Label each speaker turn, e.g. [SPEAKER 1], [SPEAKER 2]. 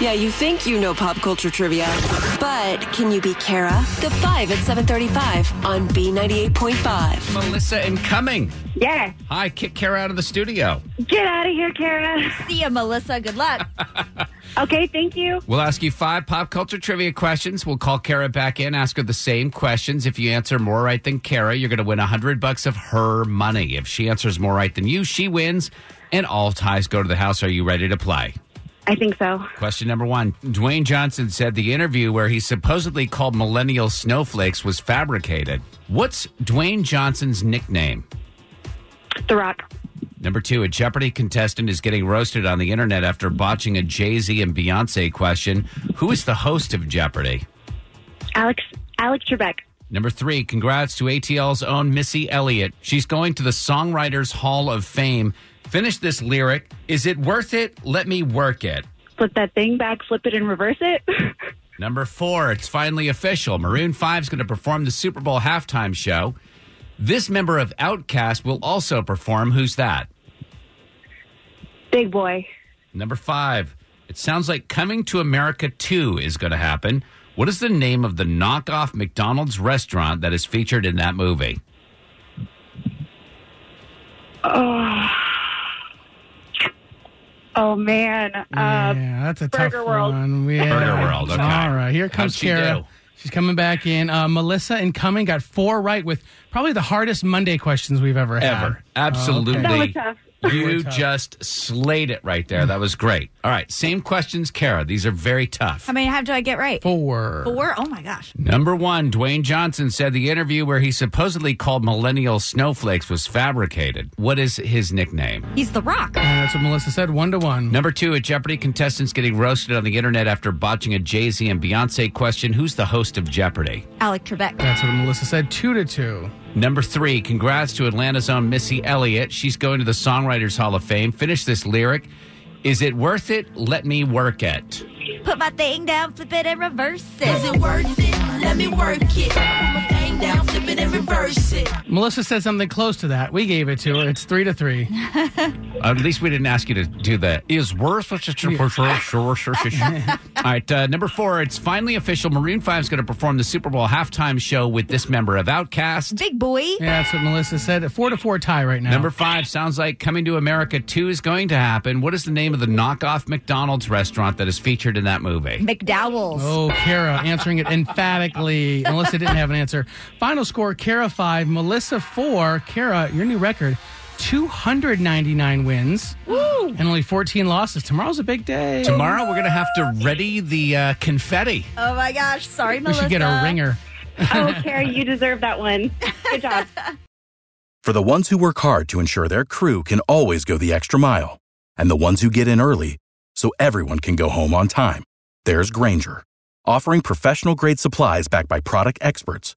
[SPEAKER 1] Yeah, you think you know pop culture trivia, but can you be Kara? The 5 at 735 on B98.5.
[SPEAKER 2] Melissa Incoming.
[SPEAKER 3] Yeah.
[SPEAKER 2] Hi, kick Kara out of the studio.
[SPEAKER 3] Get out of here, Kara.
[SPEAKER 4] See ya, Melissa. Good luck.
[SPEAKER 3] Okay, thank you.
[SPEAKER 2] We'll ask you five pop culture trivia questions. We'll call Kara back in, ask her the same questions. If you answer more right than Kara, you're going to win 100 bucks of her money. If she answers more right than you, she wins, and all ties go to the house. Are you ready to play?
[SPEAKER 3] I think so.
[SPEAKER 2] Question number one Dwayne Johnson said the interview where he supposedly called millennial snowflakes was fabricated. What's Dwayne Johnson's nickname?
[SPEAKER 3] The Rock.
[SPEAKER 2] Number two, a Jeopardy contestant is getting roasted on the internet after botching a Jay Z and Beyonce question. Who is the host of Jeopardy?
[SPEAKER 3] Alex Alex Trebek.
[SPEAKER 2] Number three, congrats to ATL's own Missy Elliott. She's going to the Songwriters Hall of Fame. Finish this lyric Is it worth it? Let me work it.
[SPEAKER 3] Flip that thing back, flip it and reverse it.
[SPEAKER 2] Number four, it's finally official. Maroon 5 is going to perform the Super Bowl halftime show. This member of Outkast will also perform. Who's that?
[SPEAKER 3] Big boy.
[SPEAKER 2] Number five, it sounds like Coming to America 2 is going to happen. What is the name of the knockoff McDonald's restaurant that is featured in that movie?
[SPEAKER 3] Oh man. Uh,
[SPEAKER 5] yeah, that's a
[SPEAKER 3] Burger
[SPEAKER 5] tough
[SPEAKER 3] World.
[SPEAKER 5] one. Yeah.
[SPEAKER 2] Burger World, okay.
[SPEAKER 5] All right, here
[SPEAKER 2] How'd
[SPEAKER 5] comes
[SPEAKER 2] she do?
[SPEAKER 5] Kara. She's coming back in. Uh, Melissa and Cumming got four right with probably the hardest Monday questions we've ever, had.
[SPEAKER 2] Ever. Absolutely.
[SPEAKER 3] Oh, That was tough.
[SPEAKER 2] You just slayed it right there. That was great. All right, same questions, Kara. These are very tough.
[SPEAKER 4] How many have do I get right?
[SPEAKER 5] Four.
[SPEAKER 4] Four? Oh my gosh.
[SPEAKER 2] Number one, Dwayne Johnson said the interview where he supposedly called millennial snowflakes was fabricated. What is his nickname?
[SPEAKER 4] He's the rock.
[SPEAKER 5] And that's what Melissa said. One to one.
[SPEAKER 2] Number two, a Jeopardy contestant's getting roasted on the internet after botching a Jay Z and Beyonce question. Who's the host of Jeopardy?
[SPEAKER 4] Alec Trebek.
[SPEAKER 5] That's what Melissa said. Two to two.
[SPEAKER 2] Number three, congrats to Atlanta's own Missy Elliott. She's going to the Songwriters Hall of Fame. Finish this lyric. Is it worth it? Let me work it.
[SPEAKER 4] Put my thing down, flip it, and reverse
[SPEAKER 6] Is
[SPEAKER 4] it.
[SPEAKER 6] it worth it? Let me work it. Put my thing down, flip it and reverse it.
[SPEAKER 5] Melissa said something close to that. We gave it to her. It's three to three.
[SPEAKER 2] Uh, At least we didn't ask you to do that. Is worth All right, uh, number four, it's finally official. Maroon 5 is going to perform the Super Bowl halftime show with this member of Outkast.
[SPEAKER 4] Big boy.
[SPEAKER 5] Yeah, that's what Melissa said. A four to four tie right now.
[SPEAKER 2] Number five sounds like Coming to America 2 is going to happen. What is the name of the knockoff McDonald's restaurant that is featured in that movie?
[SPEAKER 4] McDowell's.
[SPEAKER 5] Oh, Kara answering it emphatically, unless it didn't have an answer. Final score Kara 5, Melissa 4. Kara, your new record 299 wins and only 14 losses. Tomorrow's a big day.
[SPEAKER 2] Tomorrow, we're going to have to ready the uh, confetti.
[SPEAKER 4] Oh my gosh. Sorry,
[SPEAKER 5] we
[SPEAKER 4] Melissa.
[SPEAKER 5] should get a ringer.
[SPEAKER 3] Oh, Kara, you deserve that one. Good job.
[SPEAKER 7] For the ones who work hard to ensure their crew can always go the extra mile, and the ones who get in early so everyone can go home on time, there's Granger, offering professional grade supplies backed by product experts